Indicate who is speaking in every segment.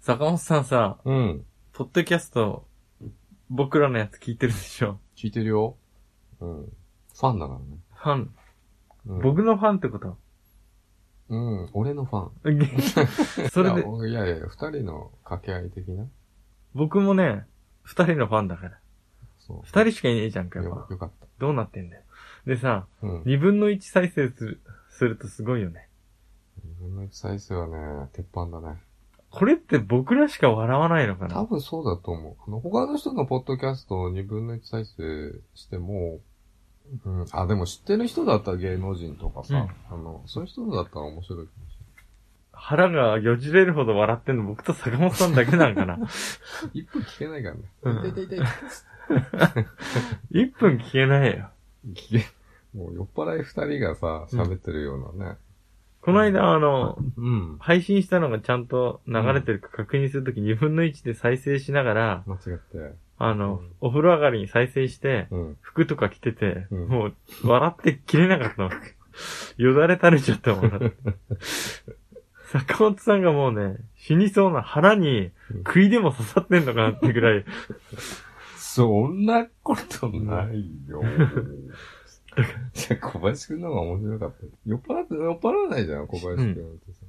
Speaker 1: 坂本さんさ、
Speaker 2: うん。
Speaker 1: ポッドキャスト、僕らのやつ聞いてるでしょ。
Speaker 2: 聞いてるよ。うん。ファンだからね。
Speaker 1: ファン、
Speaker 2: うん、
Speaker 1: 僕のファンって こと
Speaker 2: うん、俺のファン。
Speaker 1: それ
Speaker 2: いや
Speaker 1: で、
Speaker 2: 僕いやいや、二人の掛け合い的な。
Speaker 1: 僕もね、二人のファンだから。
Speaker 2: そう。
Speaker 1: 二人しかいねえじゃんか、やっ
Speaker 2: よ
Speaker 1: ぱ。
Speaker 2: よかっ
Speaker 1: どうなってんだよ。でさ、
Speaker 2: た。うん。
Speaker 1: 二分の一再生する、するとすごいよね。
Speaker 2: 自分の再生はね、鉄板だね。
Speaker 1: これって僕らしか笑わないのか
Speaker 2: 多
Speaker 1: な
Speaker 2: 分そうだと思う。あの、他の人のポッドキャストを2分の1再生しても、うん。あ、でも知ってる人だったら芸能人とかさ、あの、そういう人だったら面白いかもし
Speaker 1: 腹がよじれるほど笑ってんの僕と坂本さんだけなん かな
Speaker 2: れない。1分聞けないからね。
Speaker 1: うん
Speaker 2: 痛い痛い痛い。
Speaker 1: 一分聞けないよ。
Speaker 2: 聞け、もう酔っ払い2人がさ、喋ってるようなね。
Speaker 1: この間、あの、
Speaker 2: うん。
Speaker 1: 配信したのがちゃんと流れてるか確認するとき2分の1で再生しながら、
Speaker 2: 間違って。
Speaker 1: あの
Speaker 2: うん、
Speaker 1: お風呂上がりに再生して、
Speaker 2: うん。
Speaker 1: 服とか着てて、
Speaker 2: うん
Speaker 1: もう、笑って切れな かったの。よだれ垂れちゃったもん。笑って坂本さんがもうね、死にそうな腹に、杭でも刺さってんのかなってぐ らい。
Speaker 2: そんなことないよ。じゃ 小林くんの方が面白かったよ。酔っ払って、酔っ払わないじゃん、小林くんってさ。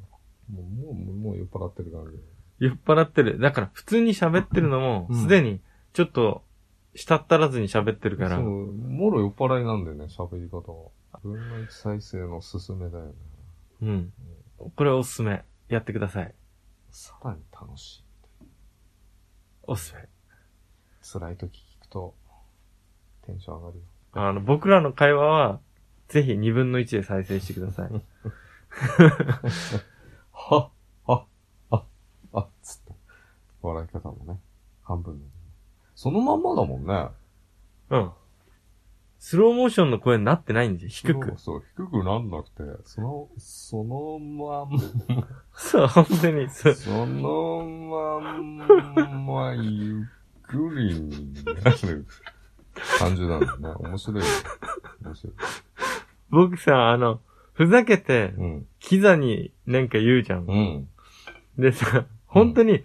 Speaker 2: もう、もう、もう酔っ払ってる感じ。
Speaker 1: 酔っ払ってる。だから、普通に喋ってるのも、
Speaker 2: うん
Speaker 1: すでに、ちょっと、したったらずに喋ってるから
Speaker 2: そう、、もろ酔っ払いなんだよね、喋り方が。分の1再生のすすめだよね。
Speaker 1: うん。これおすすめ。やってください。
Speaker 2: さらに楽しい。
Speaker 1: おすすめ。
Speaker 2: 辛い時聞くと、テンション上がるよ。
Speaker 1: あの、僕らの会話は、ぜひ2分の1で再生してください。
Speaker 2: ははははつって。笑い方もね、半分の。そのまんまだもんね。
Speaker 1: うん。スローモーションの声になってないんですよ。低く。
Speaker 2: そう、そう低くなんなくて、その、そのまんま、
Speaker 1: そう、本当に。そう
Speaker 2: そのまんま、ゆっくりになる感じなんだね。面白いよ。面白い。
Speaker 1: 僕さ、あの、ふざけて、
Speaker 2: うん。
Speaker 1: キザになんか言うじゃん。
Speaker 2: うん。
Speaker 1: でさ、本当に、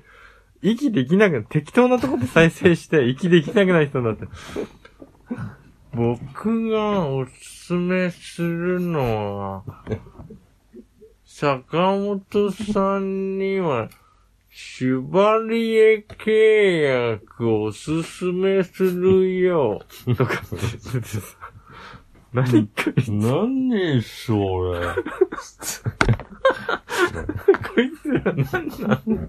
Speaker 1: 息できなく、適当なとこで再生 して、息できなくなる人になって。僕がおすすめするのは、坂本さんには、シュバリエ契約をおすすめする よ。とか、何か言って
Speaker 2: 何それ。
Speaker 1: こいつら何なの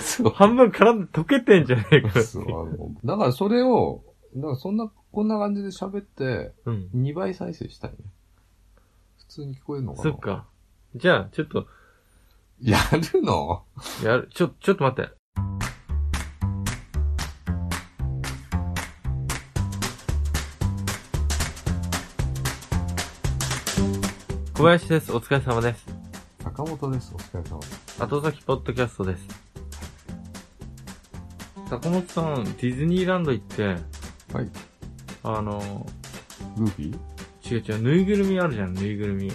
Speaker 2: そう。
Speaker 1: 半分絡んで溶けてんじゃねえか。
Speaker 2: そうあのだからそれを、だからそんな、こんな感じで喋って、
Speaker 1: うん。
Speaker 2: 2倍再生したいね。普通に聞こえるのか
Speaker 1: そ
Speaker 2: な
Speaker 1: っ。か。じゃあ、ちょっと、
Speaker 2: やるの
Speaker 1: やる、ちょ、ちょっと待って。小林です。お疲れ様です。
Speaker 2: 坂本です。お疲れ様です。
Speaker 1: 後先ポッドキャストです。坂本さん、ディズニーランド行って、
Speaker 2: はい。
Speaker 1: あの、
Speaker 2: グーフィー
Speaker 1: 違う違う、ぬいぐるみあるじゃん、ぬいぐるみ。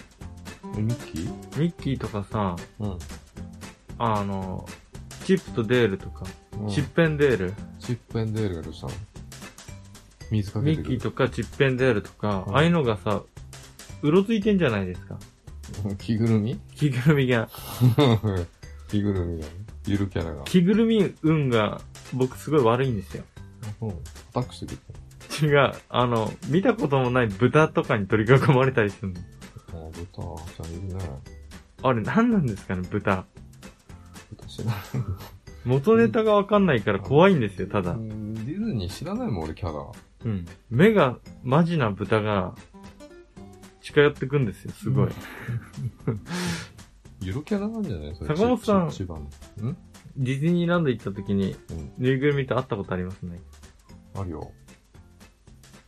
Speaker 2: えミッキー
Speaker 1: ミッキーとかさ、
Speaker 2: うん。
Speaker 1: あの、チップとデールとか、チ
Speaker 2: チッ
Speaker 1: ッペンデール。
Speaker 2: チップエンデールがどうしたの水かけ
Speaker 1: ミ
Speaker 2: て
Speaker 1: ッ
Speaker 2: く
Speaker 1: キー
Speaker 2: る。
Speaker 1: とかチッペンデールとか、
Speaker 2: うん
Speaker 1: ああいうのがさ、うろついてんじゃないですか。
Speaker 2: 着ぐるみ
Speaker 1: 着ぐるみが。
Speaker 2: 着ぐるみだね。ゆるキャラが。
Speaker 1: 着ぐるみ運が僕すごい悪いんですよ。
Speaker 2: うん。アタックしてくる。
Speaker 1: 違う、あの、見たこともない豚とかに取り囲まれたりするの。
Speaker 2: ああ、豚、ちゃんいるね。
Speaker 1: あれ何なんですかね、豚。
Speaker 2: 豚知らない。
Speaker 1: 元ネタがわかんないから怖いんですよ、ただ
Speaker 2: う。んディズニー知らないもん、俺キャラ。
Speaker 1: うん。目が、マジな豚が、近寄ってくんですよ、すごい。
Speaker 2: ゆるキャラなんじゃないそれ
Speaker 1: 坂本さん
Speaker 2: ちち千葉の。ん
Speaker 1: ディズニーランド行った時に、
Speaker 2: うん。
Speaker 1: ぬいぐるみと会ったことありますね。
Speaker 2: あるよ。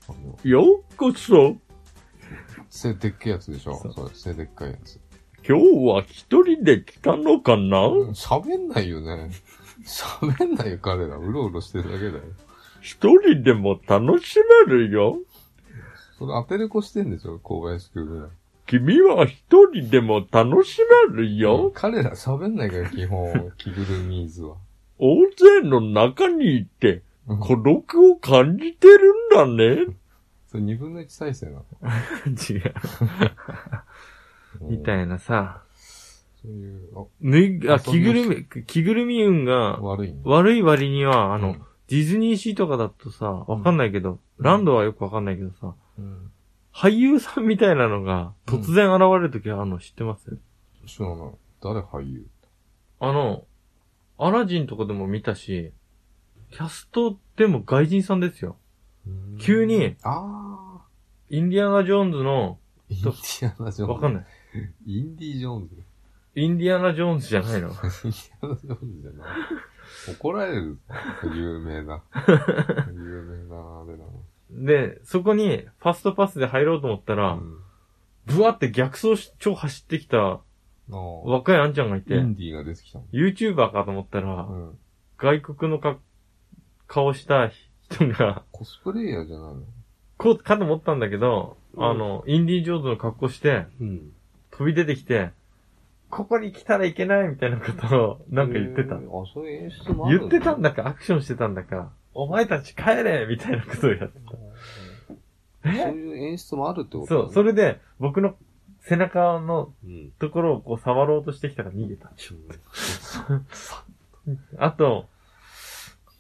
Speaker 2: あるよ。
Speaker 1: ようこそ
Speaker 2: 背でっけえやつでしょ
Speaker 1: そう
Speaker 2: そう、背でっかいやつ。
Speaker 1: 今日は一人で来たのかな
Speaker 2: うん喋んないよね。 喋んないよ、彼ら。うろうろしてるだけだよ。
Speaker 1: 一人でも楽しめるよ。
Speaker 2: それアテレコしてんでしょ小林くんぐらい。
Speaker 1: 君は一人でも楽しめる
Speaker 2: うん。彼ら喋んないから、基本、着ぐるみーズは。
Speaker 3: 大勢の中にいて、孤独を感じてるんだね。
Speaker 2: それ二分の一再生なの。
Speaker 1: 違う。
Speaker 2: うん
Speaker 1: みたいなさ、
Speaker 2: そういう、あ、
Speaker 1: ぬい、あ、
Speaker 2: 遊
Speaker 1: 着
Speaker 2: び
Speaker 1: ぐ
Speaker 2: を
Speaker 1: るみ、着ぐるみ運が
Speaker 2: 悪いね。
Speaker 1: 悪い割には、あの、
Speaker 2: うん
Speaker 1: ディズニーシーとかだとさ、わかんないけど、
Speaker 2: うん
Speaker 1: ランドはよくわかんないけどさ、
Speaker 2: うん。
Speaker 1: 俳優さんみたいなのが突然現れるときあるの知ってます、
Speaker 2: 知らない。誰俳優
Speaker 1: あの、アラジンとかでも見たし、キャストでも外人さんですよ。急に。
Speaker 2: ああ。
Speaker 1: インディアナ・ジョーンズの、
Speaker 2: インディアナ・ジョーンズ。
Speaker 1: わかん
Speaker 2: ない。
Speaker 1: ない。
Speaker 2: インディ・ジョーンズ。
Speaker 1: インディアナ・ジョーンズじゃないの。
Speaker 2: インディアナ・ジョーンズじゃない。 怒られる。有名な。有名な、あれだ
Speaker 1: で、そこにファストパスで入ろうと思ったら、
Speaker 2: な。うん
Speaker 1: ブワって逆走し、超走ってきた
Speaker 2: ああ。
Speaker 1: 若いあんちゃんがいて、
Speaker 2: インディが出てきたの。
Speaker 1: YouTuber かと思ったら、
Speaker 2: うん。
Speaker 1: 外国のか顔した人が、
Speaker 2: コスプレイヤーじゃないの
Speaker 1: こうかと思ったんだけど、
Speaker 2: うん
Speaker 1: あの、インディ・ジョーンズの格好して、
Speaker 2: うん。
Speaker 1: 飛び出てきて、ここに来たらいけないみたいなことを、なんか言ってた
Speaker 2: へ。ーあ、そういう演出もある
Speaker 1: 言ってたんだか、アクションしてたんだか、お前たち帰れみたいなことをやって
Speaker 2: そういう演出もあるって
Speaker 1: た。
Speaker 2: こと
Speaker 1: そう、そ
Speaker 2: れ。
Speaker 1: れで、僕の背中の
Speaker 2: うん。
Speaker 1: ところをこう触ろうとしてきたから逃げた。あと、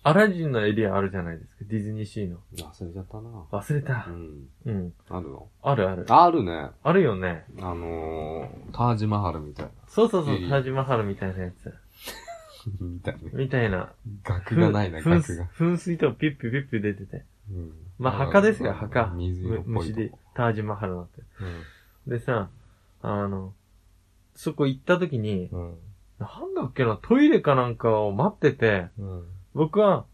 Speaker 1: アラジンのエリアあるじゃないですか、ディズニーシーの。
Speaker 2: 忘れちゃったな。
Speaker 1: 忘れた
Speaker 2: う。ん。
Speaker 1: うん。
Speaker 2: あるの
Speaker 1: あるある。
Speaker 2: あるね。
Speaker 1: あるよね。
Speaker 2: あのー、タージマハルみたいな。
Speaker 1: そうそうそう
Speaker 2: いい、
Speaker 1: タージマハルみたいなやつ。
Speaker 2: みたいな。
Speaker 1: みたいな。
Speaker 2: 額がないな、
Speaker 1: ふん
Speaker 2: 額が。
Speaker 1: 噴水とかピュッピュッピュッピュ出てて。
Speaker 2: うん
Speaker 1: まあ、墓ですよ、墓。
Speaker 2: 水色っ
Speaker 1: む
Speaker 2: ぽい
Speaker 1: 虫
Speaker 2: と
Speaker 1: で
Speaker 2: こ。、
Speaker 1: タージマハルなんて。
Speaker 2: うん
Speaker 1: でさ、あの、そこ行った時に、
Speaker 2: うん。
Speaker 1: なんだっけな、トイレかなんかを待ってて、
Speaker 2: うん。
Speaker 1: 僕は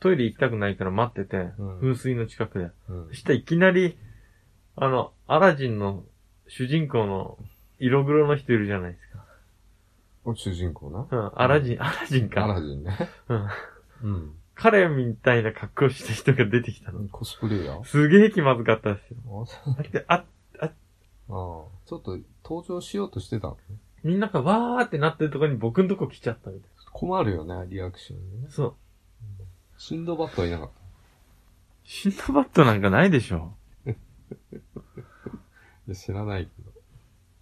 Speaker 1: トイレ行きたくないから待ってて、
Speaker 2: うん
Speaker 1: 噴水の近くで。
Speaker 2: うん
Speaker 1: そしたらいきなり、あの、アラジンの主人公の色黒の人いるじゃないですか。
Speaker 2: お主人公な。
Speaker 1: うん、アラジン、アラジン
Speaker 2: ア
Speaker 1: か。
Speaker 2: ラジンね。
Speaker 1: うん。
Speaker 2: うん。
Speaker 1: 彼みたいな格好した人が出てきたの。
Speaker 2: コスプレイヤーあ
Speaker 1: すげえ気まずかった ですよ。
Speaker 2: そう
Speaker 1: だって、あ、
Speaker 2: あー。ちょっと登場しようとしてたのね。
Speaker 1: みんながわーってなってるとこに僕んとこ来ちゃったみたい
Speaker 2: 困るよね、リアクションね
Speaker 1: な。。そう。
Speaker 2: シンドバッドはいなかった。
Speaker 1: シンドバッドなんかないでしょ。
Speaker 2: いや知らないけ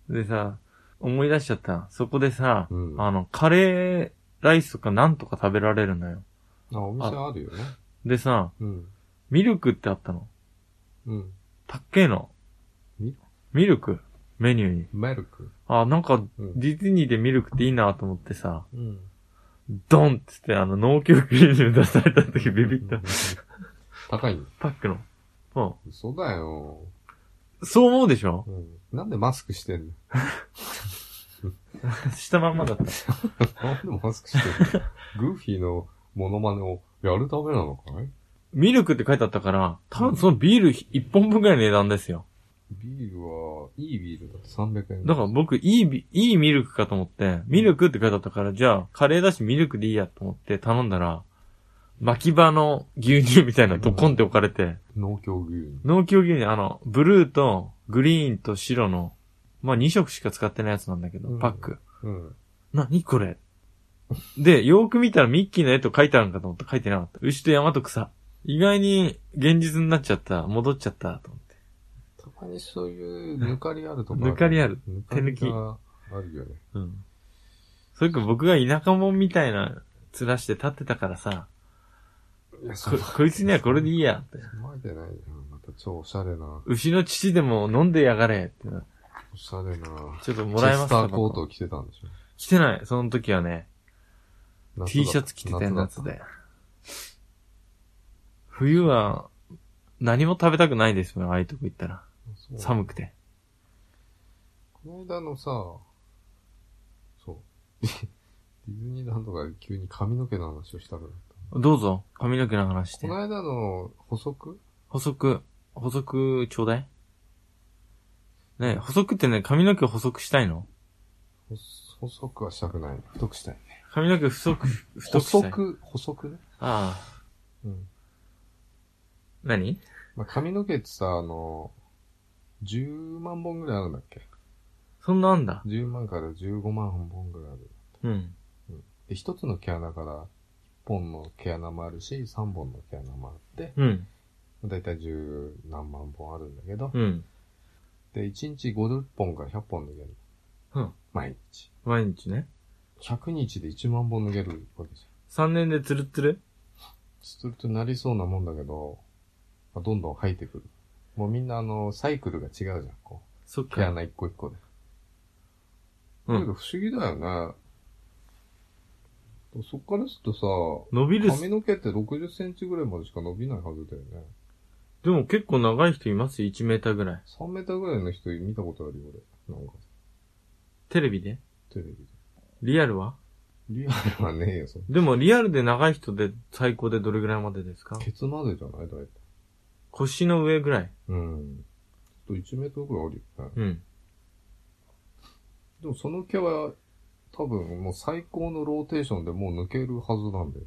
Speaker 2: ど。
Speaker 1: でさ、思い出しちゃった。そこでさ、
Speaker 2: うん
Speaker 1: あの、カレーライスとかなんとか食べられるのよ。
Speaker 2: あ、お店あるよね。
Speaker 1: でさ、
Speaker 2: うん。
Speaker 1: ミルクってあったの。
Speaker 2: うん。
Speaker 1: たっけえの。
Speaker 2: ミ
Speaker 1: ミルクメニューに。
Speaker 2: メルク。
Speaker 1: あ、なんか、
Speaker 2: うん。
Speaker 1: ディズニーでミルクっていいなと思ってさ、
Speaker 2: うん。
Speaker 1: ドンっつってあの、農協クリーニング出された時ビビった。。
Speaker 2: 高いの
Speaker 1: パックの。そ
Speaker 2: 嘘だよ。
Speaker 1: う。そう思うでし ょ
Speaker 2: うん。なんでマスクしてんの
Speaker 1: したまんまだった。
Speaker 2: なんでマスクしてん のグーフィーのモノマネをやるためなのかい
Speaker 1: ミルクって書いてあったから、多分そのビール一本分ぐらいの値段ですよ。
Speaker 2: ビールは、いいビールだと300円。
Speaker 1: だから僕、いいビ、いいミルクかと思って、ミルクって書いてあったから、じゃあ、カレーだしミルクでいいやと思って頼んだら、巻き場の牛乳みたいなのドコンって置かれて、
Speaker 2: 農協牛乳。
Speaker 1: 農協牛乳、あの、ブルーとグリーンと白の、まあ2色しか使ってないやつなんだけど、
Speaker 2: うん
Speaker 1: パック。
Speaker 2: うん。
Speaker 1: な、にこれで、よーく見たらミッキーの絵と書いてあるんかと思って書いてなかった。牛と山と草。意外に現実になっちゃった。戻っちゃった。と思って。
Speaker 2: たまにそういうぬかりあるとか。
Speaker 1: ぬかりある。
Speaker 2: ぬ
Speaker 1: 手抜き
Speaker 2: かりがあるよね。
Speaker 1: うん。それか僕が田舎者みたいな面して立ってたからさ、
Speaker 2: いや、そ
Speaker 1: こ
Speaker 2: う。
Speaker 1: こいつにはこれでいいやって。
Speaker 2: まいてないよ。また超おしゃれな、
Speaker 1: 牛の乳でも飲んでやがれってな。
Speaker 2: おしゃれな。
Speaker 1: ちょっともらえま
Speaker 2: チェス
Speaker 1: す
Speaker 2: タ
Speaker 1: か
Speaker 2: ーコートを着てたんでしょ
Speaker 1: 着てない。その時はね、
Speaker 2: 夏だった
Speaker 1: T シャツ着てたよ、
Speaker 2: 夏
Speaker 1: 夏
Speaker 2: だっ
Speaker 1: で。冬は何も食べたくないですよ、ああいうとこ行ったら。
Speaker 2: たそう
Speaker 1: 寒くて。
Speaker 2: この間のさ、そう。 ディズニーランドが急に髪の毛の話をしたから。
Speaker 1: どうぞ、髪の毛の話して
Speaker 2: こ。の間の補足
Speaker 1: 補足、補足ちょうだいねえ補足ってね、髪の毛補足したいの
Speaker 2: 補補足はしたくない。太くしたい。
Speaker 1: 髪の毛不足、太
Speaker 2: 補
Speaker 1: くしたい。
Speaker 2: 足、補足ね。
Speaker 1: ああ。
Speaker 2: うん。
Speaker 1: 何
Speaker 2: まあ、髪の毛ってさ、あの、10万本ぐらいあるんだっけ
Speaker 1: そんなあんだ。
Speaker 2: ?10 万から15万本ぐらいある。
Speaker 1: うん。
Speaker 2: で、一つの毛穴から本の毛穴もあるし、3本の毛穴もあって、
Speaker 1: うん。
Speaker 2: だいたい十何万本あるんだけど、
Speaker 1: うん。
Speaker 2: で、1日50本から100本抜ける。
Speaker 1: うん。
Speaker 2: 毎日。
Speaker 1: 毎日ね。
Speaker 2: 100日で1万本抜けるわけじゃん。
Speaker 1: 3年でツルツル
Speaker 2: するとなりそうなもんだけど、まあどんどん生えてくる。もうみんなあの、サイクルが違うじゃん、こ
Speaker 1: そっ
Speaker 2: う。毛
Speaker 1: か。
Speaker 2: 穴一個一個で。
Speaker 1: う
Speaker 2: だけ
Speaker 1: ん。
Speaker 2: ど不思議だよね。そっからすると
Speaker 1: 伸びる
Speaker 2: さ、
Speaker 1: っす
Speaker 2: 髪の毛って60センチぐらいまでしか伸びないはずだよね。
Speaker 1: でも結構長い人いますよ ?1 メーターぐらい。
Speaker 2: 3メーターぐらいの人見たことあるよ、俺。なんか、
Speaker 1: テレビで
Speaker 2: テレビで。
Speaker 1: リアルは
Speaker 2: リアルはねえよ、それ
Speaker 1: でもリアルで長い人で最高でどれぐらいまでですか
Speaker 2: ケツまでじゃないだいたい。
Speaker 1: 腰の上ぐらい。
Speaker 2: うん。ちょっと1メートルぐらいあるよね。
Speaker 1: うん。
Speaker 2: でもその毛は、多分もう最高のローテーションでもう抜けるはずなんだよ。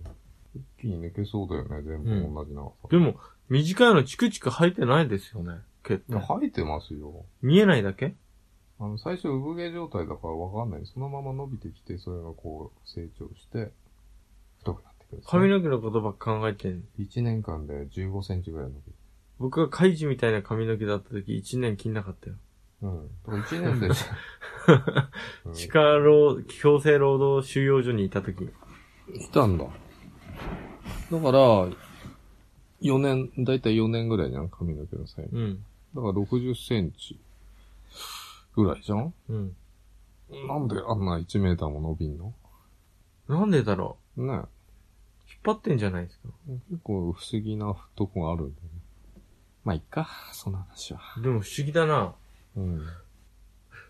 Speaker 2: 一気に抜けそうだよね、全部同じ長さ。
Speaker 1: でも、短いのチクチク生えてないですよね。毛って
Speaker 2: いや、。生えてますよ。
Speaker 1: 見えないだけ
Speaker 2: あの、最初、産毛状態だからわかんない。そのまま伸びてきて、それがこう、成長して、太くなってくるんですね、
Speaker 1: 髪の毛のことばっか考えてん
Speaker 2: 1年間で15センチぐらい伸びる。
Speaker 1: 僕がカイジみたいな髪の毛だった時1年切んなかったよ。
Speaker 2: うん。だから1年で、 うん
Speaker 1: 地下労、強制労働収容所にいた時。
Speaker 2: 来たんだ。だから、4年、だいたい4年ぐらいじゃん、髪の毛のサイズ。
Speaker 1: うん。
Speaker 2: だから60センチぐらいじゃん
Speaker 1: うん。
Speaker 2: なんであんな1メーターも伸びんの
Speaker 1: なんでだろ
Speaker 2: ね
Speaker 1: う引っ張ってんじゃないですか。
Speaker 2: え結構不思議なとこがあるんだよね。まあ、いっか、その話は。
Speaker 1: でも不思議だな。
Speaker 2: うん。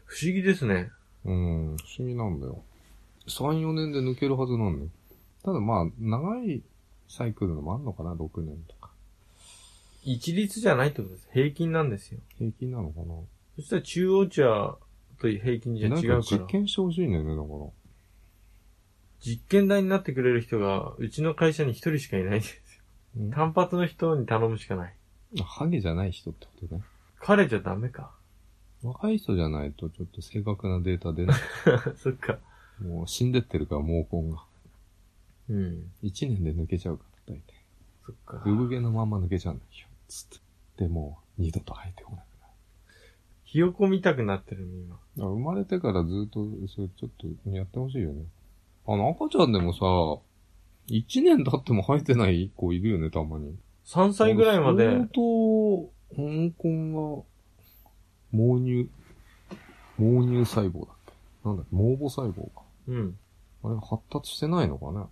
Speaker 1: 不思議ですね。
Speaker 2: うん、不思議なんだよ。3、4年で抜けるはずなんだよ。ただまあ、長いサイクルのもあんのかな、6年とか。
Speaker 1: 一律じゃないってことです。平均なんですよ。
Speaker 2: 平均なのかな
Speaker 1: そしたら中央値は、と平均じゃ
Speaker 2: な
Speaker 1: 違
Speaker 2: ん
Speaker 1: うから。
Speaker 2: か
Speaker 1: 実
Speaker 2: 実
Speaker 1: 験
Speaker 2: 験してほしいんだよね、だから。
Speaker 1: 台になってくれる人が、うちの会社に一人しかいないんですよ
Speaker 2: ん。
Speaker 1: 単発の人に頼むしかない。
Speaker 2: ハゲじゃない人ってことね。
Speaker 1: 彼じゃダメか。
Speaker 2: 若い人じゃないとちょっと正確なデータ出ない。
Speaker 1: そっか。
Speaker 2: もう死んでってるから、毛根が。
Speaker 1: うん。
Speaker 2: 1年で抜けちゃうから、大体。
Speaker 1: そっか。
Speaker 2: 産毛のまんま抜けちゃうんだよ。つって。で、もう二度と生えてこなくなる。
Speaker 1: ひよこ見たくなってるね、今。
Speaker 2: だから生まれてからずっと、それちょっとやってほしいよね。あの赤ちゃんでもさ、1年経っても生えてない子いるよね、たまに。
Speaker 1: 3歳ぐらいまで、
Speaker 2: 相当、香港が、毛乳、毛乳細胞だっけなんだっけ毛母細胞か。
Speaker 1: うん。
Speaker 2: あれが発達してないのかね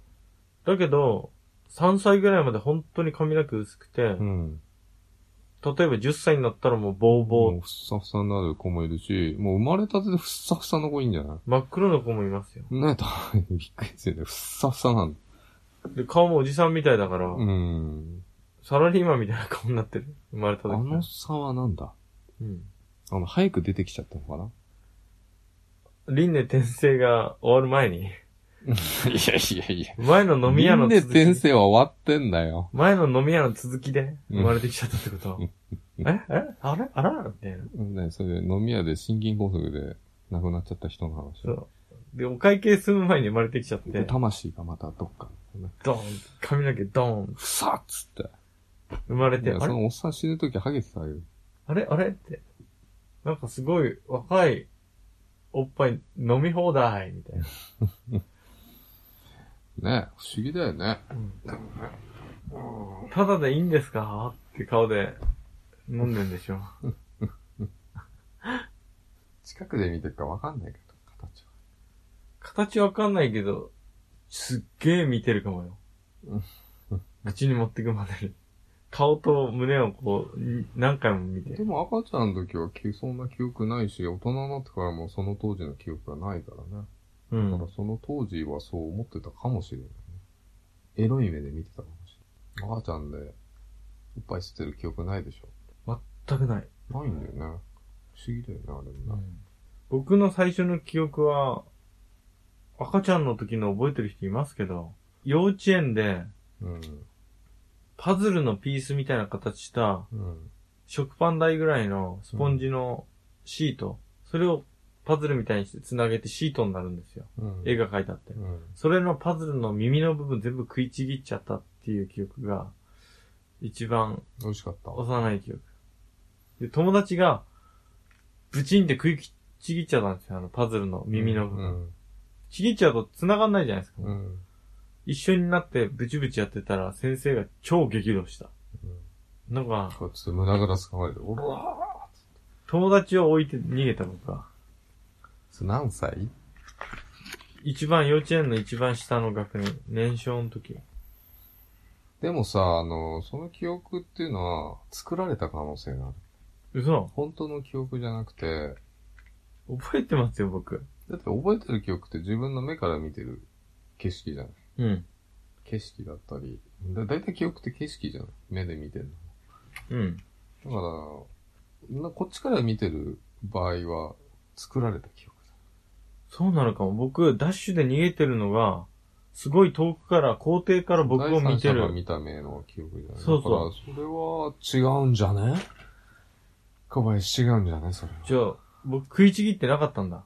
Speaker 1: だけど、3歳ぐらいまで本当に髪の毛薄くて、
Speaker 2: うん。
Speaker 1: 例えば10歳になったらもうボーボー、
Speaker 2: もうふっさふさになる子もいるし、もう生まれたてで ふっさふさの子いいんじゃない
Speaker 1: 真っ黒の子もいますよ。
Speaker 2: ねえ、たぶんびっくりするよね。ふっさふさなんだ。
Speaker 1: で、顔もおじさんみたいだから、
Speaker 2: うん。
Speaker 1: サラリーマンみたいな顔になってる。生まれた
Speaker 2: あ
Speaker 1: 時から
Speaker 2: の差はなんだ
Speaker 1: うん。
Speaker 2: あの、早く出てきちゃったのかな
Speaker 1: 輪廻転生が終わる前に、
Speaker 2: いやいやいや。
Speaker 1: 前の飲み屋の
Speaker 2: 輪廻
Speaker 1: 続き。
Speaker 2: 転生は終わってんだよ。
Speaker 1: 前の飲み屋の続きで生まれてきちゃったってこと、ええあれあらみたいな。
Speaker 2: ね、それ飲み屋で心筋梗塞で亡くなっちゃった人の話。
Speaker 1: そう。で、お会計済む前に生まれてきちゃって、
Speaker 2: で、
Speaker 1: ド
Speaker 2: 魂がまたどっか、ね、
Speaker 1: ーン髪の毛ドーン
Speaker 2: ふさっつって。
Speaker 1: 生まれ
Speaker 2: い
Speaker 1: て、
Speaker 2: や、
Speaker 1: あ
Speaker 2: そ
Speaker 1: れ
Speaker 2: のおっさん死ぬときハゲてたよ。
Speaker 1: あれあれって。なんかすごい若いおっぱい飲み放題みたいな。
Speaker 2: ね不思議だよね。
Speaker 1: ただでいいんですかって顔で飲んでんでしょ。
Speaker 2: 近くで見てるかわかんないけど、形は。
Speaker 1: 形わかんないけど、すっげえ見てるかもよ
Speaker 2: うん。
Speaker 1: 口に持ってくまでに。顔と胸をこう、に何回も見て
Speaker 2: で。も赤ちゃんの時はきそんな記憶ないし、大人になってからもその当時の記憶がないからね。
Speaker 1: う
Speaker 2: だか
Speaker 1: ん
Speaker 2: ら。その当時はそう思ってたかもしれないね。エロい目で見てたかもしれない。赤ちゃんで、おっぱい吸ってる記憶ないでしょ。
Speaker 1: 全くない。
Speaker 2: ないんだよね。不思議だよね、あれもね。
Speaker 1: 僕の最初の記憶は、赤ちゃんの時の覚えてる人いますけど、幼稚園で、
Speaker 2: うん。
Speaker 1: パズルのピースみたいな形した、
Speaker 2: うん。
Speaker 1: 食パン台ぐらいのスポンジのシート、それをパズルみたいにして繋げてシートになるんですよ。
Speaker 2: うん
Speaker 1: 絵が描いてあって
Speaker 2: う。ん
Speaker 1: それのパズルの耳の部分全部食いちぎっちゃったっていう記憶が、一番
Speaker 2: 美味しかった。
Speaker 1: 幼い記憶。で、友達が、ブチンって食いちぎっちゃったんですよ、あのパズルの耳の部分。ちぎっちゃうと繋がんないじゃないですか。
Speaker 2: うん。うん。
Speaker 1: 一緒になってブチブチやってたら先生が超激怒した。
Speaker 2: うん
Speaker 1: なんか、
Speaker 2: こうやって胸ぐらつかまえて、おら
Speaker 1: 友達を置いて逃げた僕は。
Speaker 2: ー何歳
Speaker 1: 一番、幼稚園の一番下の学年、年少の時。
Speaker 2: でもさ、あの、その記憶っていうのは、作られた可能性がある。
Speaker 1: 嘘な
Speaker 2: 本当の記憶じゃなくて、
Speaker 1: の覚えてますよ、僕。
Speaker 2: だって覚えてる記憶って自分の目から見てる景色じゃない
Speaker 1: うん。
Speaker 2: 景色だったり。だだいたい記憶って景色じゃない目で見てる
Speaker 1: うん。
Speaker 2: の。だから、なこっちから見てる場合は、作られた記憶
Speaker 1: そうなのかも。僕、ダッシュで逃げてるのが、すごい遠くから、校庭から僕を見て
Speaker 2: 第三者が
Speaker 1: る。
Speaker 2: 見た目の記憶じゃない。
Speaker 1: そうそう
Speaker 2: だから、それは違うんじゃね小林違うんじゃねそれは。
Speaker 1: じゃあ、僕食いちぎってなかったんだ。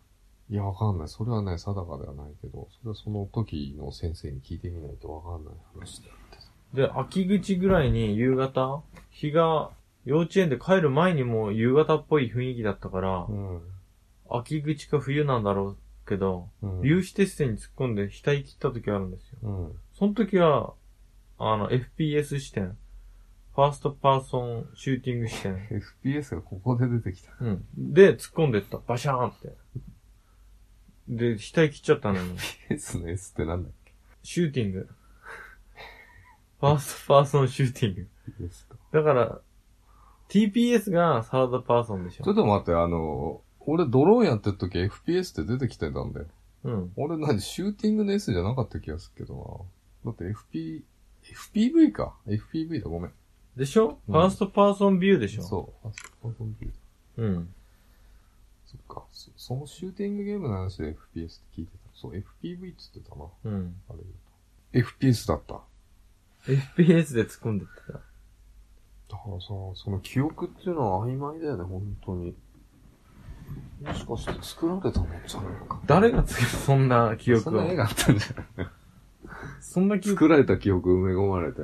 Speaker 2: いや、わかんない。それはね、定かではないけど、それはその時の先生に聞いてみないとわかんない話だってさ。
Speaker 1: で、秋口ぐらいに夕方、日が、幼稚園で帰る前にもう夕方っぽい雰囲気だったから、
Speaker 2: う
Speaker 1: 秋口か冬なんだろうけど、
Speaker 2: ん。
Speaker 1: 粒子鉄線に突っ込んで額切った時あるんですよ。
Speaker 2: うん。
Speaker 1: その時は、あの、FPS 視点。ファーストパーソンシューティング視点。
Speaker 2: FPS がここで出てきた。
Speaker 1: うん。で、突っ込んでった。バシャーンって。で、額切っちゃった のに。
Speaker 2: FPS の S ってなんだっ
Speaker 1: シューティング。ファーストパーソンシューティング。
Speaker 2: け ?S か。
Speaker 1: だから、TPS がサードパーソンでし
Speaker 2: ちょ
Speaker 1: ょ
Speaker 2: っ。と待って、あの、俺ドローンやってる時 FPS って出てきてたんだよ。
Speaker 1: うん。
Speaker 2: 俺なんでシューティングの S じゃなかった気がするけどな。だって FP、FPV か。FPV だ、ごめん。
Speaker 1: でしょ、
Speaker 2: うん
Speaker 1: ファーストパーソンビューでしょ
Speaker 2: そう。あ、そっか、
Speaker 1: う。うん。
Speaker 2: そっか。そそのシューティングゲームの話で FPS って聞いてた。そう、FPV っつってたな。
Speaker 1: うん。
Speaker 2: あれだと。FPS だった。
Speaker 1: FPS で突っ込んでった。
Speaker 2: だからさ、その記憶っていうのは曖昧だよね、本当に。もしかして作られたもんじゃないのか。
Speaker 1: 誰がつけたそんな記
Speaker 2: そ
Speaker 1: 憶
Speaker 2: んな絵
Speaker 1: を。
Speaker 2: があったんじゃない
Speaker 1: そんな記憶。
Speaker 2: 作られた記憶埋め込まれて、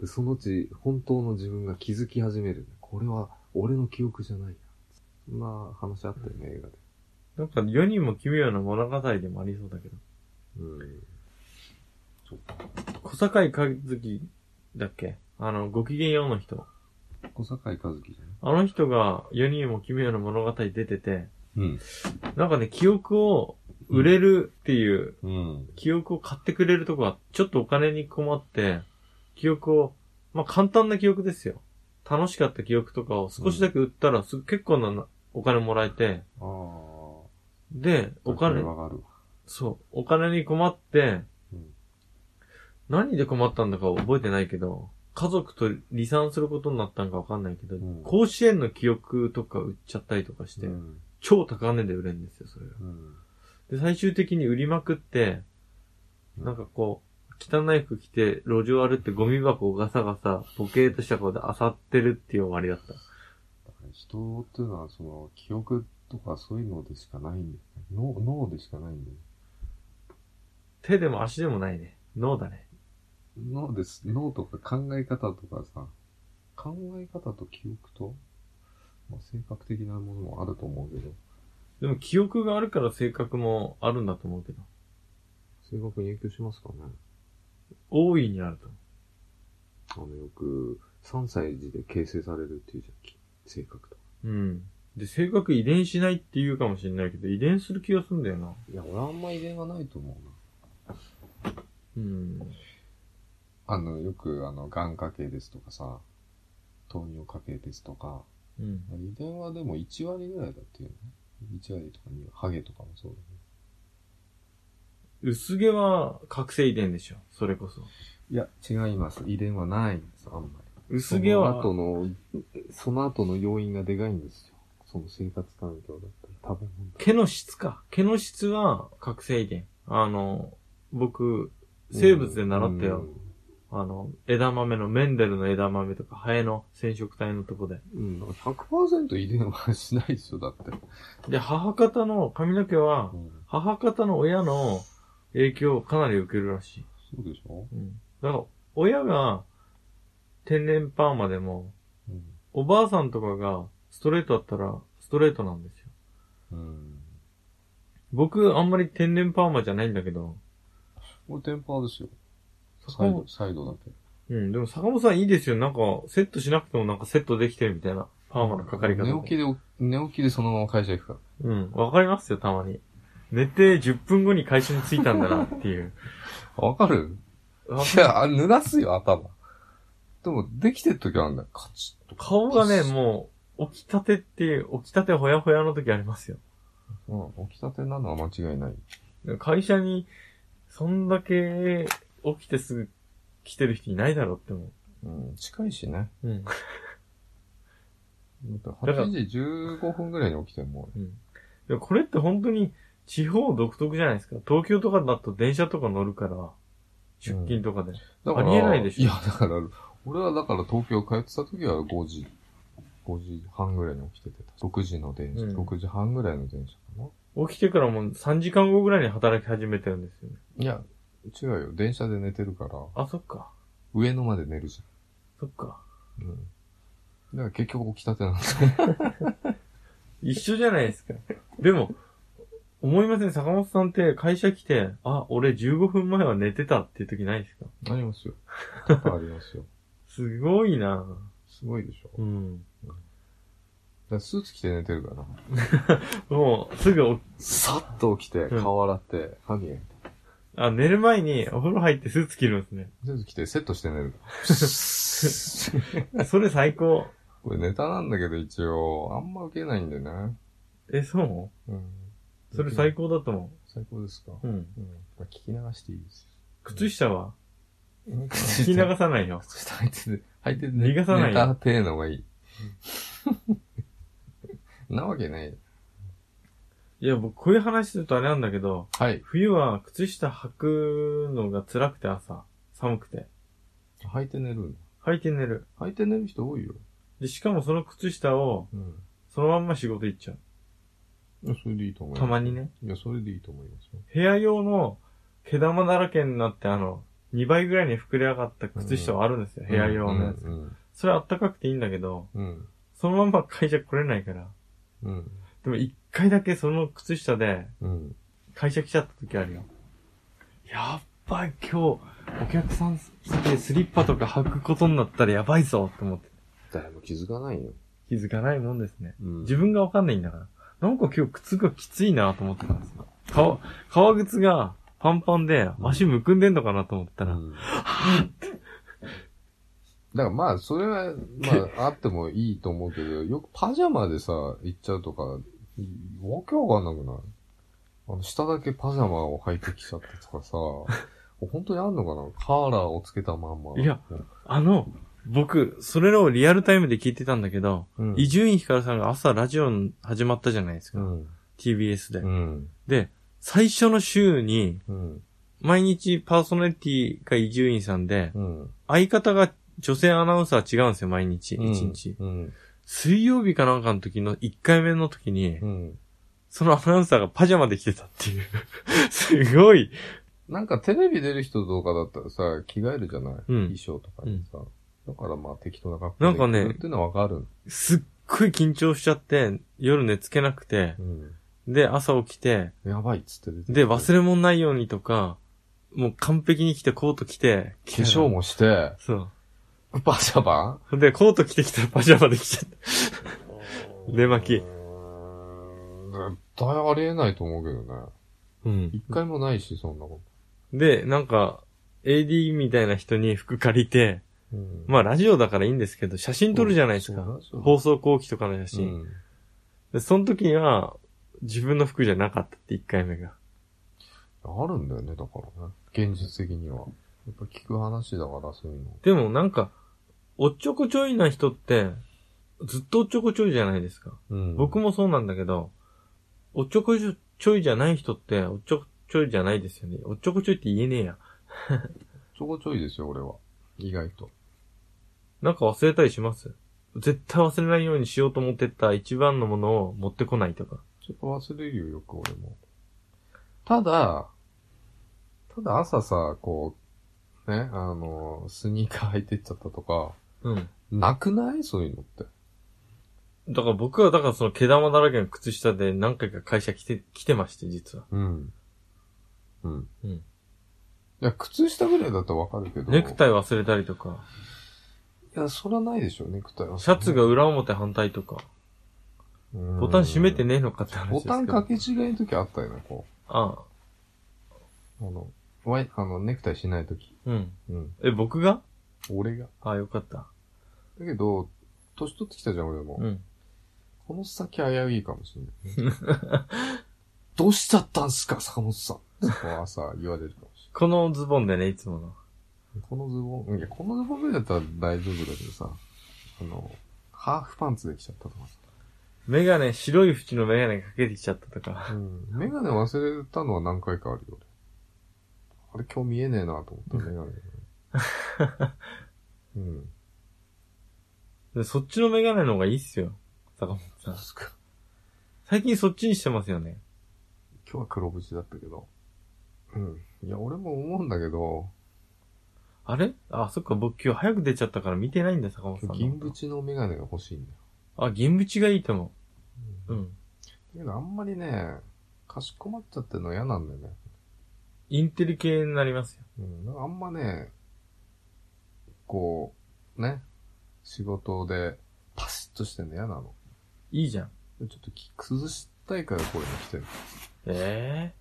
Speaker 2: でそのうち本当の自分が気づき始める。これは俺の記憶じゃないや。そんな話あったよね、映画で。
Speaker 1: なんか世にも奇妙な物語でもありそうだけど。
Speaker 2: うん。そっか。
Speaker 1: 小坂井和樹だっけあの、ご機嫌ようの人。
Speaker 2: 小坂井和樹じゃない
Speaker 1: あの人が世にも奇妙な物語出てて、
Speaker 2: うん。
Speaker 1: なんかね、記憶を売れるっていう、
Speaker 2: うん。
Speaker 1: 記憶を買ってくれるとこが、ちょっとお金に困って、記憶を、まあ、簡単な記憶ですよ。楽しかった記憶とかを少しだけ売ったら、す結構なお金もらえて、
Speaker 2: ああ。
Speaker 1: で、お
Speaker 2: それ
Speaker 1: 金、
Speaker 2: わかるわ。
Speaker 1: そう、お金に困って、
Speaker 2: うん。
Speaker 1: 何で困ったんだか覚えてないけど、家族と離散することになったんかわかんないけど、
Speaker 2: ん
Speaker 1: 甲子園の記憶とか売っちゃったりとかして、
Speaker 2: うん。
Speaker 1: 超高値で売れるんですよ、それが。
Speaker 2: うん。
Speaker 1: で、最終的に売りまくって、
Speaker 2: うん
Speaker 1: なんかこう、汚い服着て路上歩いてゴミ箱をガサガサ、ボケーとした顔で漁ってるっていう終わりだった。
Speaker 2: 人っていうのは、その、記憶とかそういうのでしかないんだよ。脳、脳でしかないんだよ。
Speaker 1: 手でも足でもないね。脳だね。
Speaker 2: 脳です。脳とか考え方とかさ、考え方と記憶と、まあ、性格的なものもあると思うけど、
Speaker 1: でも記憶があるから性格もあるんだと思うけど、
Speaker 2: 性格に影響しますかね
Speaker 1: 大いにあると思う。
Speaker 2: あの、よく、3歳児で形成されるっていうじゃんき、性格とか。
Speaker 1: うん。で、性格遺伝しないって言うかもしれないけど、遺伝する気がするんだよな。
Speaker 2: いや、俺あんま遺伝がないと思うな。
Speaker 1: うん。
Speaker 2: あの、よく、あの、眼科系ですとかさ、糖尿科系ですとか、
Speaker 1: うん。
Speaker 2: 遺伝はでも1割ぐらいだっていうね。1割とか2割、ハゲとかもそうだね。
Speaker 1: 薄毛は覚醒遺伝でしょ。それこそ。
Speaker 2: いや、違います。遺伝はないんです、あんまり。
Speaker 1: 薄毛は
Speaker 2: そ、の後の、その後の要因がでかいんですよ。その生活環境だったり、食べ物だっ
Speaker 1: 毛の質か。毛の質は覚醒遺伝。あの、僕、生物で習ったよ。。あの、枝豆のメンデルの枝豆とか、ハエの染色体のとこで。
Speaker 2: うん、だから100%遺伝はしないでしょ、だって。
Speaker 1: で、母方の髪の毛は、母方の親の影響をかなり受けるらしい。
Speaker 2: そうでしょ、
Speaker 1: うん。だから、親が天然パーマでも、
Speaker 2: うん
Speaker 1: おばあさんとかがストレートだったらストレートなんですよ。
Speaker 2: うん。
Speaker 1: 僕、あんまり天然パーマじゃないんだけど、
Speaker 2: 俺テンパーですよ。
Speaker 1: 坂
Speaker 2: サイ
Speaker 1: 本
Speaker 2: ド、、サイドだけ。
Speaker 1: うん、でも坂本さんいいですよ。なんか、セットしなくてもなんかセットできてるみたいな。パーマのかかり方で。
Speaker 2: 寝起きで、寝起きでそのまま会社行くから。
Speaker 1: うん、わかりますよ、たまに。寝て10分後に会社に着いたんだ なっていう。
Speaker 2: わかる
Speaker 1: わ
Speaker 2: いや、濡らすよ、頭。でも、できてる時あるんだよ。カチッと。
Speaker 1: 顔が ね、もう、起きたてっていう、起きたてほやほやの時ありますよ。
Speaker 2: うん、起きたてなのは間違いない。
Speaker 1: 会社に、そんだけ起きてすぐ来てる人いないだろうっても
Speaker 2: うん、近いしね。
Speaker 1: う。うん。
Speaker 2: だって
Speaker 1: だから
Speaker 2: 8時15分ぐらいに起きても、
Speaker 1: うん。でもこれって本当に地方独特じゃないですか。東京とかだと電車とか乗るから、出勤とかで。
Speaker 2: だから
Speaker 1: ありえないでしょ
Speaker 2: いや、だから、俺はだから東京帰ってた時は5時、5時半ぐらいに起きてて、6時の電車、
Speaker 1: うん
Speaker 2: 6時半ぐらいの電車かな。
Speaker 1: 起きてからもう3時間後ぐらいに働き始めてるんですよね。
Speaker 2: いや、違うよ。電車で寝てるから、
Speaker 1: あ、そっか。
Speaker 2: 上野まで寝るじ
Speaker 1: そっか。
Speaker 2: ゃん。うん。だから結局起きたてなんだ よ。
Speaker 1: 一緒じゃないですか。でも、思いません、坂本さんって会社来て、あ、俺15分前は寝てたっていう時ないですか
Speaker 2: ありますよ。多々ありますよ。
Speaker 1: すごいな
Speaker 2: すごいでしょ。だ
Speaker 1: う
Speaker 2: か
Speaker 1: ん。
Speaker 2: らスーツ着て寝てるから。
Speaker 1: もう、すぐお、
Speaker 2: さっと起きて、
Speaker 1: うん
Speaker 2: 顔洗って、歯磨いて。
Speaker 1: あ、寝る前にお風呂入ってスーツ着るんですね。
Speaker 2: スーツ着てセットして寝るから。
Speaker 1: それ最高。
Speaker 2: これネタなんだけど一応、あんま受けないんだよね。
Speaker 1: え、そう
Speaker 2: うん。
Speaker 1: それ最高だと思
Speaker 2: 最高ですか
Speaker 1: う。うん。
Speaker 2: うん。まあ、聞き流していいです
Speaker 1: 靴下 は
Speaker 2: よ。
Speaker 1: 聞
Speaker 2: 聞
Speaker 1: き流さないよ。
Speaker 2: 靴下履いてて、履いてて、
Speaker 1: 逃がさない
Speaker 2: ネタってのがいい。なわけない。
Speaker 1: いや、僕こういう話するとあれなんだけど、
Speaker 2: はい。
Speaker 1: 冬は靴下履くのが辛くて朝、寒くて。
Speaker 2: 履いて寝るんだ。
Speaker 1: 履いて寝る。
Speaker 2: 履いて寝る人多いよ。
Speaker 1: で、しかもその靴下を、
Speaker 2: うん。
Speaker 1: そのまんま仕事行っちゃう。
Speaker 2: いやそれでいいと思います。
Speaker 1: たまにね。
Speaker 2: いや、それでいいと思いますよ。
Speaker 1: 部屋用の毛玉だらけになって、あの、2倍ぐらいに膨れ上がった靴下はあるんですよ、部屋用のやつ。
Speaker 2: うん。
Speaker 1: それあったかくていいんだけど、
Speaker 2: うん。
Speaker 1: そのまま会社来れないから。
Speaker 2: うん。
Speaker 1: でも一回だけその靴下で
Speaker 2: うん。
Speaker 1: 会社来ちゃった時あるよ。やっばい、今日、お客さん来てスリッパとか履くことになったらやばいぞって思って。
Speaker 2: 誰も気づかないよ。
Speaker 1: 気づかないもんですね。
Speaker 2: うん
Speaker 1: 自分がわかんないんだから。なんか今日靴がきついなと思ってたんですよ。革、革靴がパンパンで足むくんでんのかなと思った ら、
Speaker 2: うんだからまあ、そ れは、まあ、あってもいいと思うけど、よくパジャマでさ、行っちゃうとか、いわけわかんなくないあの、下だけパジャマを履いてきちゃったとかさ、本当にあんのかなカーラーをつけたまんま。
Speaker 1: いや、あの、僕、それをリアルタイムで聞いてたんだけど、
Speaker 2: うん。
Speaker 1: 伊集院光さんが朝ラジオ始まったじゃないです
Speaker 2: う
Speaker 1: か。
Speaker 2: ん。
Speaker 1: TBS で、
Speaker 2: うん。
Speaker 1: で、最初の週に、
Speaker 2: うん。
Speaker 1: 毎日パーソナリティが伊集院さんで、
Speaker 2: うん。
Speaker 1: 相方が女性アナウンサー違うんですよ、毎日、一
Speaker 2: うん
Speaker 1: 日。
Speaker 2: うん。
Speaker 1: 水曜日かなんかの時の、1回目の時に、
Speaker 2: うん。
Speaker 1: そのアナウンサーがパジャマで来てたっていう。 すごい。
Speaker 2: なんかテレビ出る人とかだったらさ、着替えるじゃない、
Speaker 1: うん
Speaker 2: 衣装とかにさ。だからまあ適当な格好
Speaker 1: なんかね
Speaker 2: で着るっていうのはわかる。
Speaker 1: すっごい緊張しちゃって、夜寝つけなくて、
Speaker 2: うん。
Speaker 1: で、朝起きて、
Speaker 2: やばいっつって出てきて
Speaker 1: で、忘れ物ないようにとか、もう完璧に着てコート着て、
Speaker 2: 化粧。もして、
Speaker 1: そ
Speaker 2: パジャマ
Speaker 1: う。で、コート着てきたらパジャマで着ちゃった。 出巻き
Speaker 2: うーん絶対ありえないと思うけどね。
Speaker 1: うん。
Speaker 2: 一回もないし、そんなこ
Speaker 1: で、なんか、AD みたいな人に服借りて、
Speaker 2: と。うん
Speaker 1: まあラジオだからいいんですけど、写真撮るじゃないです
Speaker 2: うん
Speaker 1: か。
Speaker 2: そう
Speaker 1: 放送後期とかの写
Speaker 2: う
Speaker 1: 真。
Speaker 2: ん
Speaker 1: で、その時には、自分の服じゃなかったって1回目が。
Speaker 2: あるんだよね、だからね。現実的には。やっぱ聞く話だから、そういうの。
Speaker 1: でもなんか、おっちょこちょいな人って、ずっとおっちょこちょいじゃないですか。
Speaker 2: うん
Speaker 1: 僕もそうなんだけど、おっちょこちょいじゃない人って、おっちょこちょいじゃないですよね。おっちょこちょいって言えねえや。
Speaker 2: ちょこちょいですよ、俺は。意外と。
Speaker 1: なんか忘れたりします絶対忘れないようにしようと思ってた一番のものを持ってこないとか。
Speaker 2: ちょっと忘れるよ、よく俺も。ただ、ただ朝さ、こう、ね、あの、スニーカー履いてっちゃったとか、
Speaker 1: うん。
Speaker 2: なくないそういうのって。
Speaker 1: だから僕は、だからその毛玉だらけの靴下で何回か会社来て、来てまして、実は。
Speaker 2: うん。うん。
Speaker 1: うん
Speaker 2: いや、靴下ぐらいだとわかるけど。
Speaker 1: ネクタイ忘れたりとか、
Speaker 2: いや、そらないでしょ、ネクタイは。
Speaker 1: シャツが裏表反対とか、
Speaker 2: うん、
Speaker 1: ボタン閉めてねえのかって話で
Speaker 2: ボ
Speaker 1: すけど。
Speaker 2: タン掛け違いの時あったよね、こ
Speaker 1: ああ、
Speaker 2: う。あの、ワイ、あの、ネクタイしない時。
Speaker 1: うん。
Speaker 2: うん。
Speaker 1: え、僕が
Speaker 2: 俺が。
Speaker 1: ああ、よかった。
Speaker 2: だけど、年取ってきたじゃん、俺も。
Speaker 1: うん。
Speaker 2: この先危ういかもしれない。 どうしちゃったんすか、坂本さん。こう朝言われるかもし
Speaker 1: このズボンでね、いつもの。
Speaker 2: れない。このズボン、いや、このズボンぐらいだったら大丈夫だけどさ、あの、ハーフパンツできちゃったとかさ。
Speaker 1: メガネ、白い縁のメガネかけてきちゃったとか。
Speaker 2: うん。メガネ忘れたのは何回かあるよ、俺あれ今日見えねえなと思った、メガネ。うん。
Speaker 1: でそっちのメガネの方がいいっすよ。坂本さん。
Speaker 2: すか。
Speaker 1: 最近そっちにしてますよね。
Speaker 2: 今日は黒縁だったけど。うん。いや、俺も思うんだけど、
Speaker 1: あれあ、そっか、僕今日早く出ちゃったから見てないんだ、坂本さんの。
Speaker 2: 銀縁のメガネが欲しいんだよ。
Speaker 1: あ、銀縁がいいと思う。うん。
Speaker 2: だけどあんまりね、かしこまっちゃってるの嫌なんだよね。
Speaker 1: インテリ系になりますよ。
Speaker 2: うん、なんかあんまね、こう、ね、仕事でパシッとしてんの嫌なの。
Speaker 1: いいじゃん。
Speaker 2: ちょっとき崩したいからこういうのしてる。
Speaker 1: ええ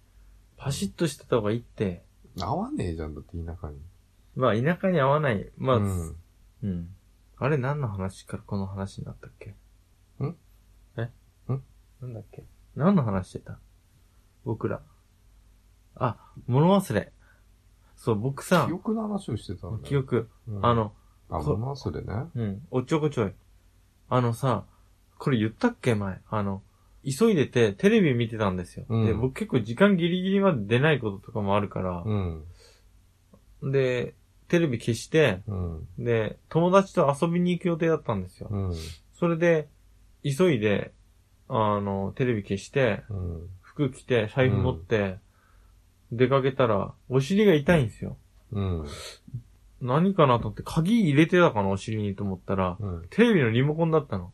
Speaker 1: パシッとしてた方がいいって。
Speaker 2: 合わねえじゃん、だって田舎に。
Speaker 1: まあ、田舎に合わない。まあ、
Speaker 2: う
Speaker 1: うん
Speaker 2: ん。。
Speaker 1: あれ、何の話からこの話になったっけ
Speaker 2: ん
Speaker 1: え
Speaker 2: ん
Speaker 1: なんだっけ何の話してた僕ら。あ、物忘れ。そう、僕さ
Speaker 2: 記、憶の話をしてたんだよ。
Speaker 1: 記。憶、
Speaker 2: うん、
Speaker 1: あ。の、
Speaker 2: あ、
Speaker 1: こ
Speaker 2: 物忘れね。
Speaker 1: うん。おっちょこちょい。あのさ、これ言ったっけ前。あの、急いでてテレビ見てたんですよ。
Speaker 2: うん
Speaker 1: で、僕結構時間ギリギリまで出ないこととかもあるから、
Speaker 2: うん。
Speaker 1: で、テレビ消して、
Speaker 2: うん。
Speaker 1: で、友達と遊びに行く予定だったんですよ。
Speaker 2: うん。
Speaker 1: それで、急いで、あの、テレビ消して、
Speaker 2: うん。
Speaker 1: 服着て、財布持って、出かけたら、お尻が痛いんですよ。
Speaker 2: うん。
Speaker 1: 何かなと思って、鍵入れてたかな、お尻にと思ったら、
Speaker 2: うん。
Speaker 1: テレビのリモコンだったの。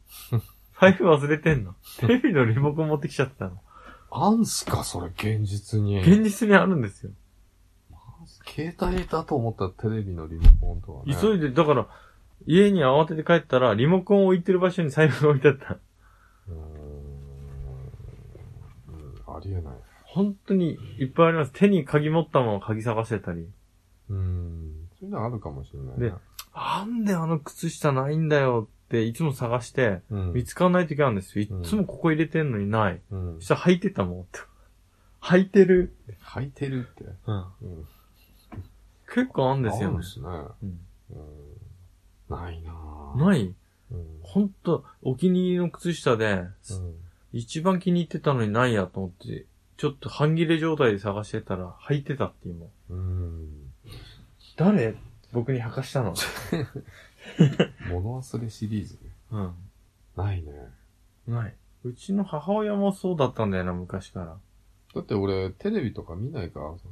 Speaker 1: 財布忘れてんの。テレビのリモコン持ってきちゃったの。
Speaker 2: あんすか、それ、現実に。
Speaker 1: 現実にあるんですよ。
Speaker 2: 携帯だと思ったらテレビのリモコンとはね。
Speaker 1: 急いで、だから、家に慌てて帰ったら、リモコンを置いてる場所に財布が置いてあった。
Speaker 2: うーんうんありえない。
Speaker 1: 本当にいっぱいあります。手に鍵持ったまま鍵探してたり。
Speaker 2: うーん。そういうのあるかもしれないね。
Speaker 1: でなんであの靴下ないんだよって、いつも探して、
Speaker 2: うん。
Speaker 1: 見つかんない時あるんですよ。いっつもここ入れてんのにない。
Speaker 2: うん
Speaker 1: そし。たら履いてたもんって。履いてる。
Speaker 2: 履いてるって。
Speaker 1: うん。
Speaker 2: うん。
Speaker 1: 結構あるんです
Speaker 2: あ
Speaker 1: よ、
Speaker 2: る
Speaker 1: ね
Speaker 2: んで。すね。
Speaker 1: うん
Speaker 2: うん。ないなぁ。い。
Speaker 1: ない
Speaker 2: うん。
Speaker 1: ほんと、お気に入りの靴下で、
Speaker 2: うん
Speaker 1: 一番気に入ってたのにないやと思って、ちょっと半切れ状態で探してたら、履いてたって今。
Speaker 2: うん。
Speaker 1: 誰僕に履かしたの
Speaker 2: 物忘れシリーズね。
Speaker 1: うん。
Speaker 2: ないね。
Speaker 1: ない。うちの母親もそうだったんだよな、昔から。
Speaker 2: だって俺、テレビとか見ないからさ、